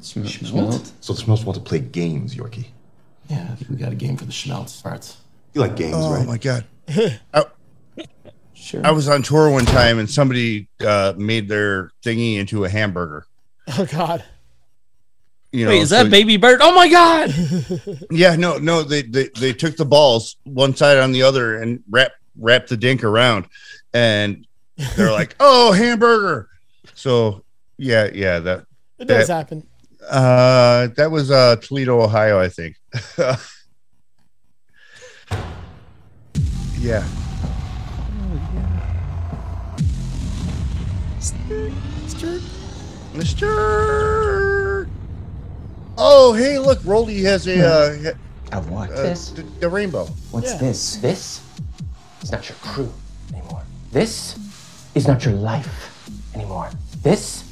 Schmelz? So the Schmelz want to play games, Yorkie. Yeah. I think we got a game for the Schmelz. Farts. You like games,
Uh,
Oh
right?
my god. I, I was on tour one time and somebody uh, made their thingy into a hamburger.
Oh God.
You know,
Wait, is that
so-
baby bird? Oh my god!
Yeah, no, no. They, they they took the balls one side on the other and wrap wrap the dink around, and they're like, "Oh, hamburger." So yeah, yeah, that
It does
that,
happen.
uh, that was uh, Toledo, Ohio, I think. yeah, Mister. Oh, hey, look, Rolly has a. Uh,
I want
uh,
this.
The, the rainbow.
What's
Yeah.
this? This is not your crew anymore. This is not your life anymore. This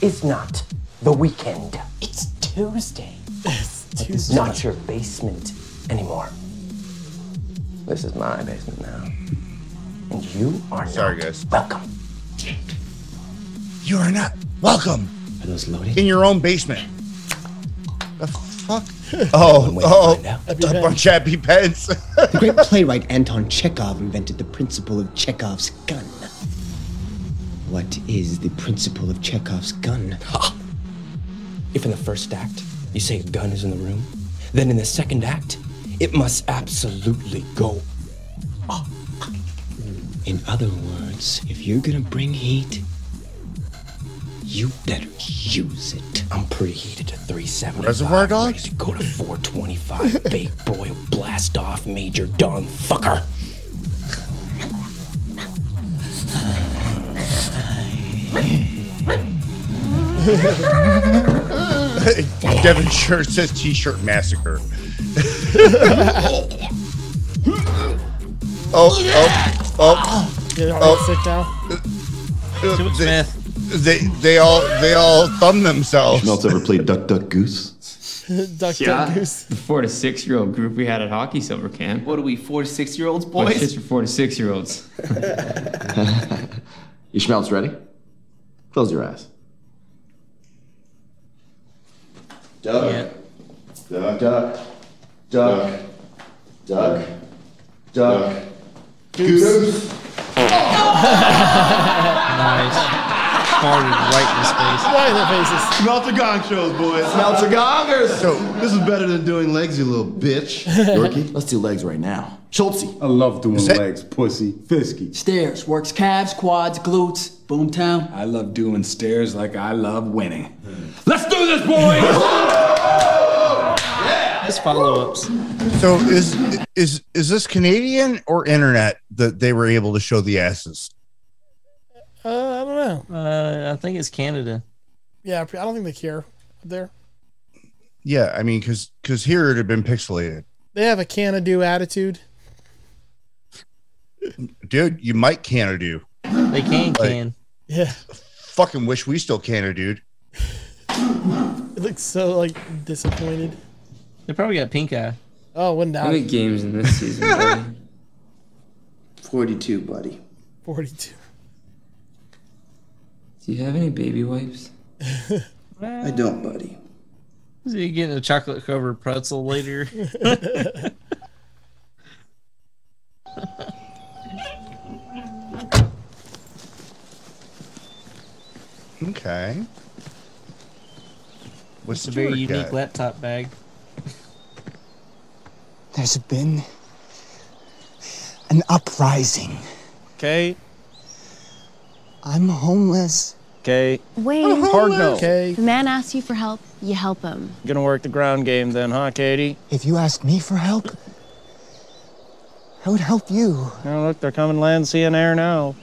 is not the weekend. It's Tuesday. It's Tuesday. This is not your basement anymore. This is my basement now. And you are Sorry,
guys.
welcome.
You are not welcome.
Are those loading?
In your own basement. The fuck? Oh, oh, a bunch of happy pens.
the great playwright Anton Chekhov invented the principle of Chekhov's gun. What is the principle of Chekhov's gun?
Ah! If in the first act you say a gun is in the room, then in the second act it must absolutely go.
In other words, if you're gonna bring heat, you better use it.
I'm preheated to 370.
Reservoir
Dogs? To go to 425, big boy, blast off, Major Don Fucker.
Devin shirt says T-shirt massacre. oh, oh, oh,
You're all
oh.
sick now.
They, they, they all, they all thumb themselves.
Schmelz ever played Duck Duck Goose?
Duck,
Yeah.
duck, goose.
The four to six year old group we had at hockey summer camp.
What are we, four to six year olds,
Boys, just for four to six year olds.
You Schmelz ready? Close your eyes. Duck. Duck. Duck. Duck. Duck. Duck. Goose.
Nice. Farted right in his face.
Right in their faces.
Smelter gong shows, boys. Smelter gongers. this is better than doing legs, you little bitch. Yorkie, let's do legs right now. Schultz. I love doing legs, pussy. Fisky.
Stairs works calves, quads, glutes. Boomtown.
I love doing stairs like I love winning. Let's do this, boys!
His follow-ups.
So is is is this Canadian or internet that they were able to show the asses?
Uh, I don't know.
Uh, I think it's Canada.
Yeah, I don't think they care up there.
Yeah, I mean, because because here it had been pixelated,
They have a can of do attitude.
dude. You might can do.
They can
Like-
can.
Yeah,
Fucking wish we still can dude.
it looks so like disappointed.
They probably got pink eye.
Oh, wouldn't
How many
I?
games in this season, buddy?
42, buddy.
42.
Do you have any baby wipes?
I don't, buddy.
Is he getting a chocolate covered pretzel later?
Okay. What's
it's a very
Stuart
unique
got?
laptop bag.
There's been an uprising.
Okay.
I'm homeless.
Okay.
Wait.
Hard no.
The man asks you for help, you help him.
Gonna work the ground game then, huh, Katie?
If you asked me for help, I would help you.
Now look, they're coming land, sea, and air now.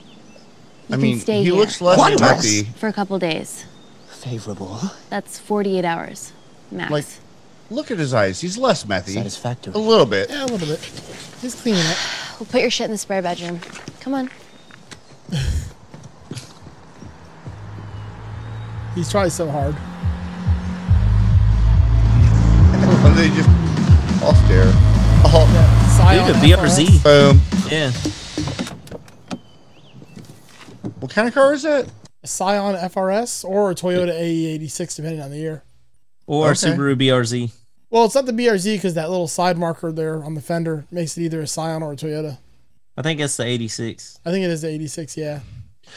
You can stay here
Qantas!
for a couple days.
favorable.
That's 48 hours, max.
Like, look at his eyes. He's less methy.
Satisfactory.
A little bit.
Yeah, a little bit. Just cleaning up.
We'll put your shit in the spare bedroom. Come on.
He's trying so hard.
And they just off there. Oh, um,
Scion.
Dude, a BRZ.
boom.
Yeah.
What kind of car is that?
A Scion FRS or a Toyota AE86, depending on the year.
Or
Okay.
Subaru BRZ.
Well, it's not the BRZ because that little side marker there on the fender makes it either a Scion or a Toyota.
I think it's the 86.
I think it is the 86, yeah.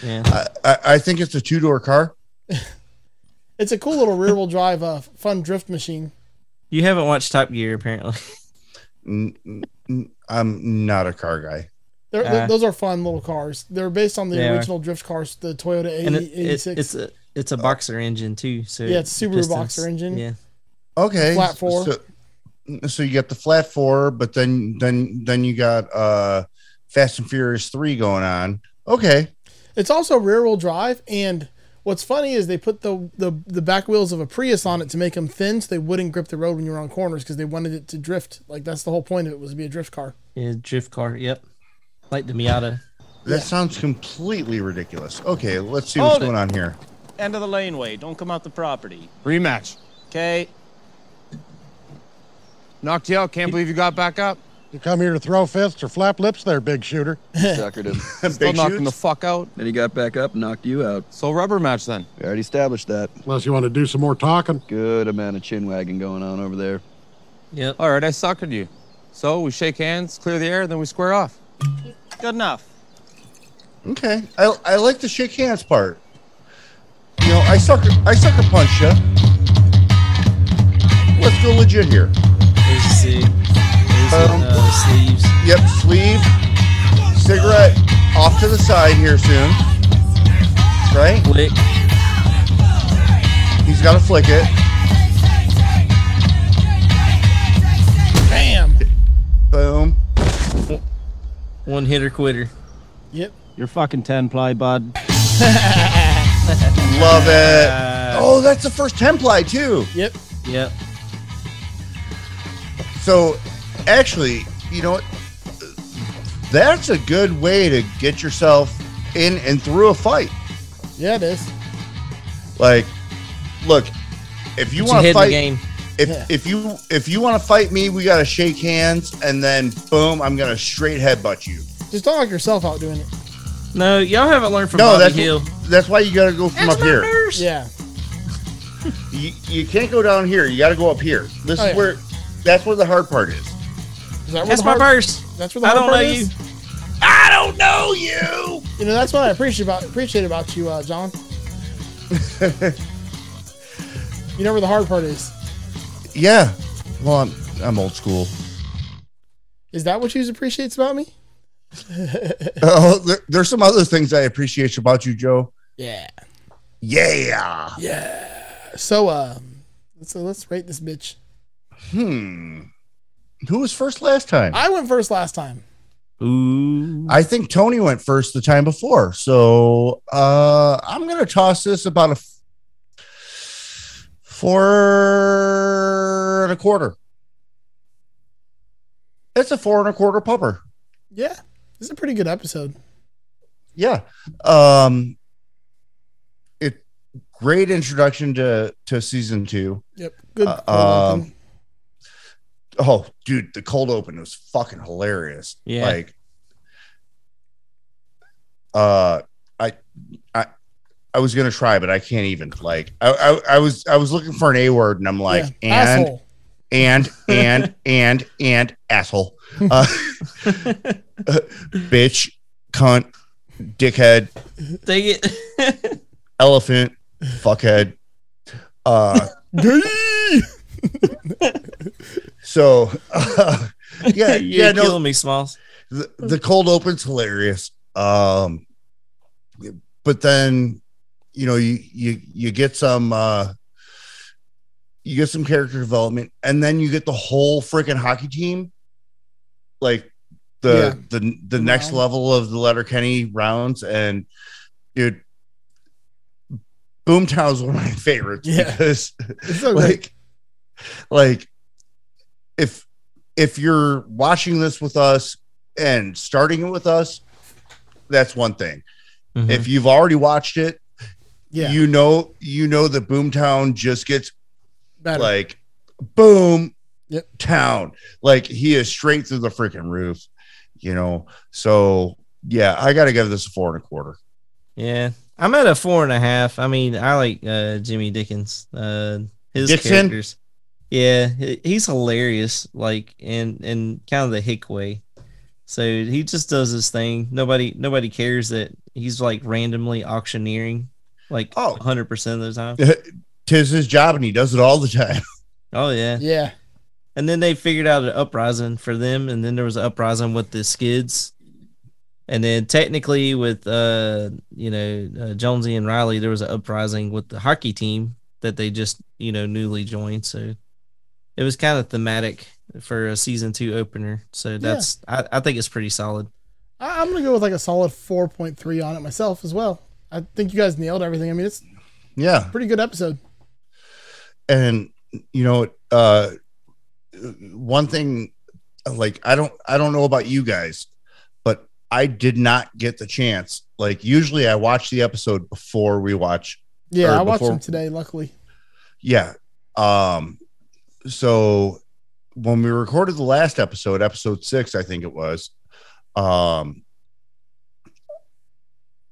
Yeah.
I, I, I think it's a two door car.
It's a cool little rear wheel drive, uh, fun drift machine.
You haven't watched Top Gear, apparently.
N- n- n- I'm not a car guy.
They're,
Ah.
th those are fun little cars. They're based on the
They are.
original drift cars, the Toyota
and it, it,
AE86.
it's a it's a boxer engine too. So
Uh, Yeah, it's a Subaru boxer engine.
Yeah.
Okay.
Flat four.
So, so you got the flat four, but then then then you got uh Fast and Furious three going on. Okay.
It's also rear wheel drive, and what's funny is they put the, the the back wheels of a Prius on it to make them thin, so they wouldn't grip the road when you were on corners because they wanted it to drift. Like that's the whole point of it was to be a drift car.
Yeah, drift car. Yep. Like the Miata.
That sounds completely ridiculous. Okay, let's see what's
Hold it.
going on here.
End of the laneway. Don't come out the property.
Rematch.
Okay.
Knocked you out. Can't believe you got back up.
You come here to throw fists or flap lips there, big shooter.
Suckered him.
Still knocked him the fuck out.
Then he got back up and knocked you out.
So rubber match then.
We already established that.
Unless you want to do some more talking.
Good amount of chin wagging going on over there.
Yep.
All right, I suckered you. So we shake hands, clear the air, then we square off.
Good enough.
Okay, I, I like the shake hands part. You know, I sucker I sucker punch you. Let's go legit here.
There's a cig. There's
Um,
a, uh, sleeves.
Yep, sleeve, cigarette off to the side here soon. Right?
Flick.
He's got to flick it.
Bam.
Boom.
One hitter quitter.
Yep.
You're fucking 10 ply, bud.
Love it. oh, that's the first templi too.
Yep.
Yep.
So, actually, you know what? That's a good way to get yourself in and through a fight.
Yeah, it is.
Like, look, if you
Put your
want
head in
to
the
fight,
game.
if
Yeah.
if you if you want to fight me, we gotta shake hands, and then boom, I'm gonna straight headbutt you.
Just don't knock yourself out doing it.
No, y'all haven't learned from
no,
Bobby
that's
Hill.
that's why you gotta go from up here.
Yeah.
You, you can't go down here. You gotta go up here. This
Oh,
is
yeah.
where that's where the hard part is.
Is that where
That's
the
my
hard-
purse.
That's where the
I
hard
don't
part
know
is?
you. I don't know you.
You know, that's what I appreciate about appreciate about you, uh, John. you know where the hard part is.
Yeah. Well, I'm I'm old school.
Is that what you appreciates about me?
oh, there, there's some other things I appreciate about you, Joe.
Yeah.
Yeah.
Yeah. So, uh, so let's rate this bitch.
Hmm. Who was first last time?
I went first last time.
Ooh.
I think Tony went first the time before. So uh I'm gonna toss this about a f- four and a quarter. It's a four and a quarter pupper.
Yeah, this is a pretty good episode.
Yeah. Um it great introduction to to season two.
Yep. Good.
Uh,
cold
um, oh, dude, the cold open was fucking hilarious.
Yeah.
Like, uh, I, I, I was gonna try, but I can't even. Like, I, I, I was, I was looking for an A word, and I'm like,
Yeah,
and,
asshole.
and, and, and, and, asshole, uh, bitch, cunt, dickhead,
Dang it.
elephant, fuckhead. Uh, so, uh, yeah,
You're
yeah, no,
killing me, Smalls.
the, the cold open's hilarious. Um, but then, you know, you you you get some uh, you get some character development, and then you get the whole freaking hockey team, like the the the next level of the Letter Kenny rounds, and dude. Boomtown's one of my favorites
Yeah.
because
It's so great.
like like if if you're watching this with us and starting it with us that's one thing
Mm-hmm.
if you've already watched it
Mm-hmm. Yeah.
you know you know that boomtown just gets
Better.
like boom
Yep.
town like he is straight through the freaking roof you know so yeah i gotta give this a four and a quarter
Yeah, I'm at a four and a half. I mean, I like uh, Jimmy Dickens. Uh, his
Dixon?
characters. Yeah, he- he's hilarious. Like in in kind of the hick way. So he just does his thing. Nobody nobody cares that he's like randomly auctioneering, like
Oh.
100 percent of the time.
tis his job and he does it all the time
Oh yeah.
Yeah.
And then they figured out an uprising for them, and then there was an uprising with the skids, and then technically with uh you know uh, Jonesy and Riley, there was an uprising with the hockey team that they just you know newly joined. So it was kind of thematic for a season two opener. So that's I, I think it's pretty solid.
I, I'm gonna go with like a solid 4.3 on it myself as well. I think you guys nailed everything. I mean, it's
Yeah.
a pretty good episode.
and you know uh one thing like i don't i don't know about you guys but i did not get the chance like usually i watch the episode before we watch
Yeah,
or
I watched
before-
them today. Luckily,
yeah um so when we recorded the last episode episode six i think it was um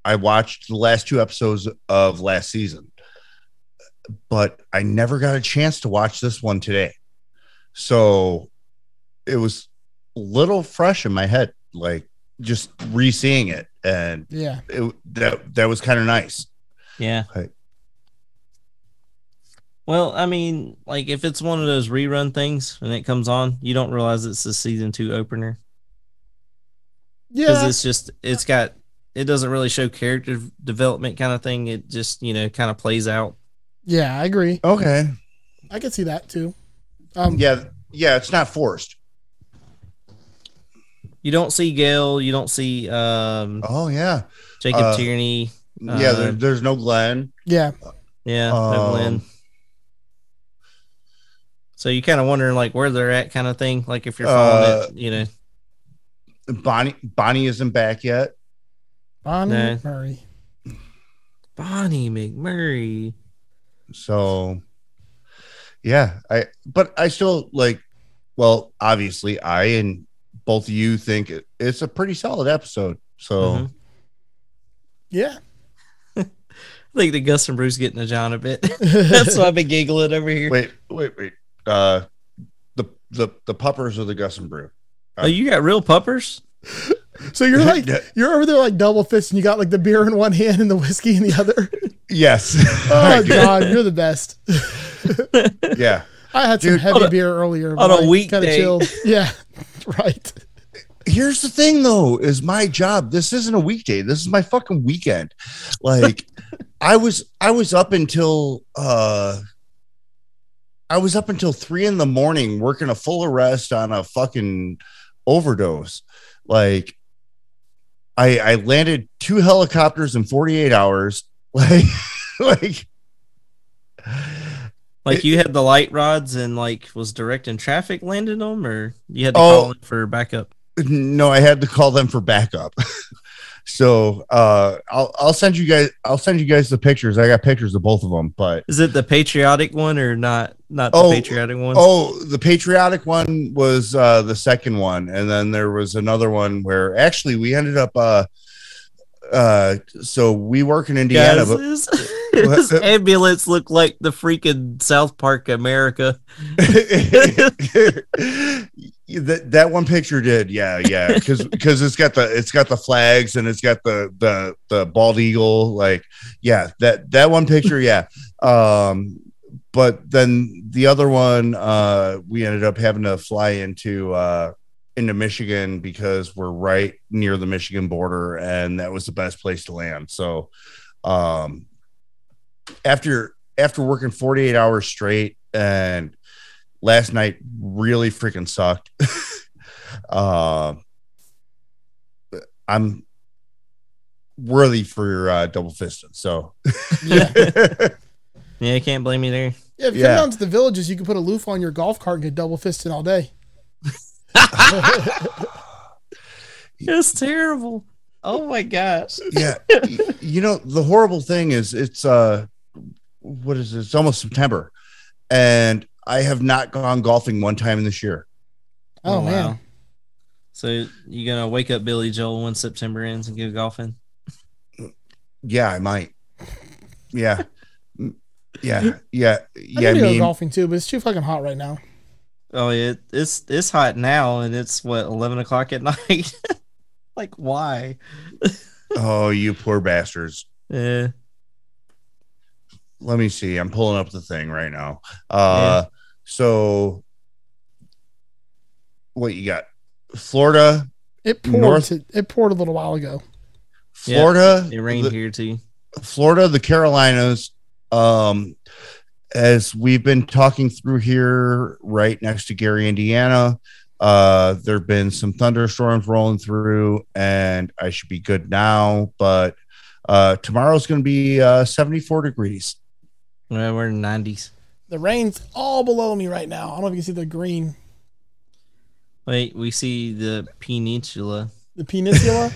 i watched the last two episodes of last season but I never got a chance to watch this one today. So it was a little fresh in my head, like just re-seeing it. And
Yeah.
it, that that was kind of nice.
Yeah.
Like,
Well, I mean, like if it's one of those rerun things and it comes on, you don't realize it's the season two opener.
Yeah.
it's just it's got it doesn't really show character development kind of thing. It just you know kind of plays out.
yeah, I agree.
Okay.
I could see that too. Um,
yeah, yeah, it's not forced.
You don't see Gail. You don't see. um
Oh yeah,
Jacob
Uh,
Tierney.
yeah, there,
uh,
there's no Glenn.
Yeah.
yeah,
Um,
no Glenn. So you kind of wondering like where they're at, kind of thing. Like if you're following
Uh,
it, you know.
Bonnie Bonnie isn't back yet.
Bonnie
No.
Murray.
Bonnie McMurray.
So yeah, I but I still like well, obviously I and both of you think it, it's a pretty solid episode. So
Yeah.
I think the Gus and Bruce getting a John a bit. That's why I've been giggling over here.
Wait, wait, wait. Uh the the the puppers are the Gus and Brew.
Oh, you got real puppers?
So you're like you're over there like double fist, and you got like the beer in one hand and the whiskey in the other.
Yes.
Oh
I do.
God, you're the best.
yeah.
I had some
Dude,
heavy
on a-
beer earlier.
on
but
a
I kinda
weekday.
chilled. Yeah, right.
Here's the thing though, is my job. This isn't a weekday. This is my fucking weekend. Like I was I was up until uh I was up until three in the morning working a full arrest on a fucking overdose. Like I I landed two helicopters in 48 hours. Like like
Like you had the light rods and like was directing traffic landing them, or you had to
Oh.
call in for backup.
no, I had to call them for backup. so uh I'll I'll send you guys I'll send you guys the pictures. I got pictures of both of them, but
Is it the patriotic one or not? Not the patriotic one.
Oh, the patriotic one was uh, the second one, and then there was another one where actually we ended up. Uh, uh, so we work in Indiana,
Guys,
but
this, this ambulance looked like the freaking South Park America.
that that one picture did, yeah, yeah, because it's got the it's got the flags and it's got the the the bald eagle, like yeah, that that one picture, yeah. Um, but then the other one, uh, we ended up having to fly into uh into Michigan because we're right near the Michigan border, and that was the best place to land. So, um, after after working 48 hours straight and last night really freaking sucked uh, i'm worthy for your uh, double fisted so
Yeah, you can't blame me there.
Yeah, if you come down to the villages, you can put a loof on your golf cart and get double fisted all day.
It's terrible. Oh my gosh.
yeah y- you know the horrible thing is it's uh what is it? it's almost september and i have not gone golfing one time this year
Oh, man.
So you gonna wake up Billy Joel when September ends and go golfing?
yeah i might yeah Mm, yeah yeah
I
yeah
need to
me
go
and-
golfing too, but it's too fucking hot right now.
Oh yeah, it's it's hot now and it's what eleven o'clock at night. like why?
oh you poor bastards
Yeah.
let me see. I'm pulling up the thing right now. Uh, so what you got? Florida,
It poured.
North-
to- it poured a little while ago.
Yeah,
Florida,
it rained
the-
here too.
Florida, the Carolinas. Um, as we've been talking through here, right next to Gary, Indiana, Uh, there have been some thunderstorms rolling through, and I should be good now. But uh, tomorrow's going to be uh, 74 degrees.
Well, we're in 90s.
The rain's all below me right now. I don't know if you can see the green,
Wait, we see the peninsula.
the peninsula.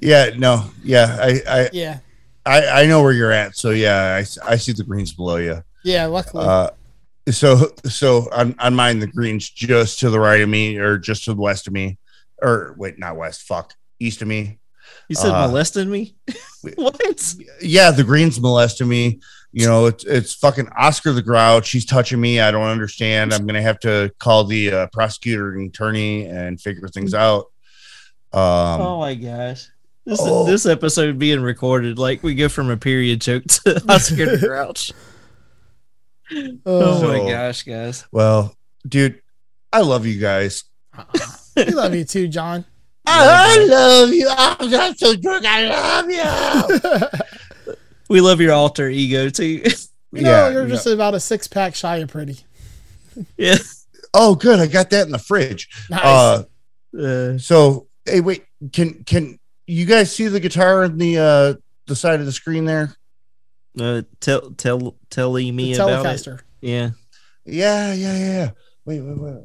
Yeah, no, yeah, I, I,
yeah,
I, I know where you're at. So yeah, I, I see the greens below you.
yeah. Luckily,
Uh, so so on, on mine the greens just to the right of me or just to the west of me or wait not west fuck east of me
You said
Uh,
molested me? what?
yeah the greens molested me you know it's it's fucking oscar the grouch he's touching me i don't understand i'm gonna have to call the uh, prosecutor and attorney and figure things out um
oh my gosh. This, this episode being recorded, like we go from a period joke to Oscar the Grouch. Oh my
So-
gosh, guys.
well dude i love you guys
we love you too, John.
Oh, I love you. I'm not so drunk. I love you.
We love your alter ego too.
You know, you're just about a six pack shy of pretty.
yeah.
Oh, good. I got that in the fridge.
Nice.
Uh, so, hey, wait. Can can you guys see the guitar in the uh the side of the screen there?
Uh, tell tell telling me
The
about
Telecaster.
it. Yeah,
Yeah, yeah, yeah. Wait, wait, wait.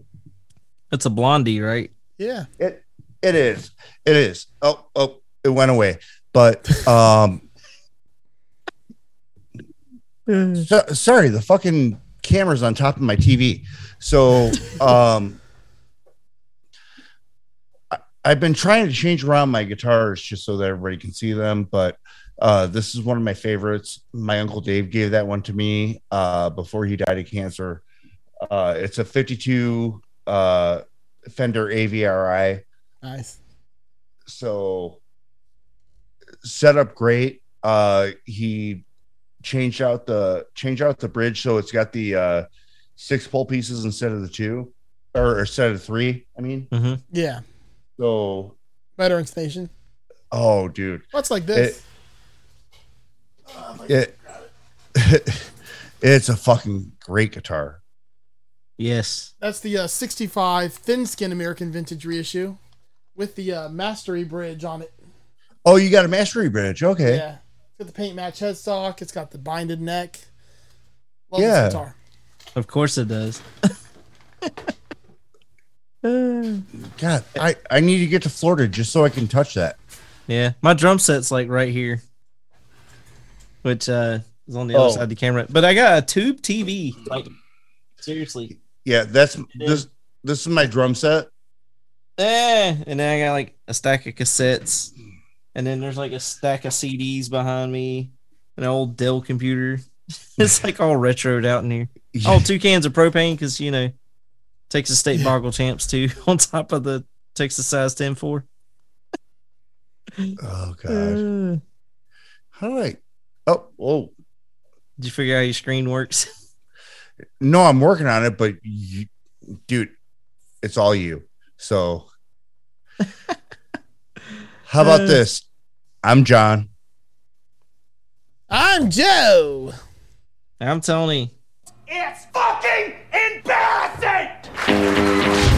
it's a blondie, right?
Yeah.
It it is. It is. Oh, oh, it went away. But um so, sorry, the fucking camera's on top of my TV. So um I- I've been trying to change around my guitars just so that everybody can see them, but uh, this is one of my favorites. My uncle Dave gave that one to me uh, before he died of cancer. Uh, it's a 52 uh, Fender AVRI.
Nice.
So set up great. Uh, he changed out the changed out the bridge so it's got the uh, six pole pieces instead of the two or, or instead of three. I mean,
Yeah.
so
Veteran station.
oh, dude,
What's like this?
It- it, it's a fucking great guitar.
Yes.
That's the uh, 65 thin skin American vintage reissue with the uh, mastery bridge on it.
Oh, you got a mastery bridge. Okay.
Yeah. It's got the paint match headstock. It's got the binded neck. Love
Yeah.
this guitar.
Of course it does.
God, I, I need to get to Florida just so I can touch that.
Yeah, my drum set's like right here, which uh is on the
Oh.
other side of the camera. But I got a tube TV. Like seriously.
Yeah, that's this this is my drum set.
Eh, and then I got like a stack of cassettes, and then there's like a stack of CDs behind me, an old Dell computer. it's like all retroed out in here. Oh, two cans of propane because you know Texas State Boggle Champs too on top of the Texas size 10 4.
Oh god. How do I oh whoa.
Did you figure out your screen works?
No, I'm working on it, but you, dude, it's all you. So how about
Uh.
this? I'm John.
I'm Joe.
I'm Tony.
It's fucking embarrassing!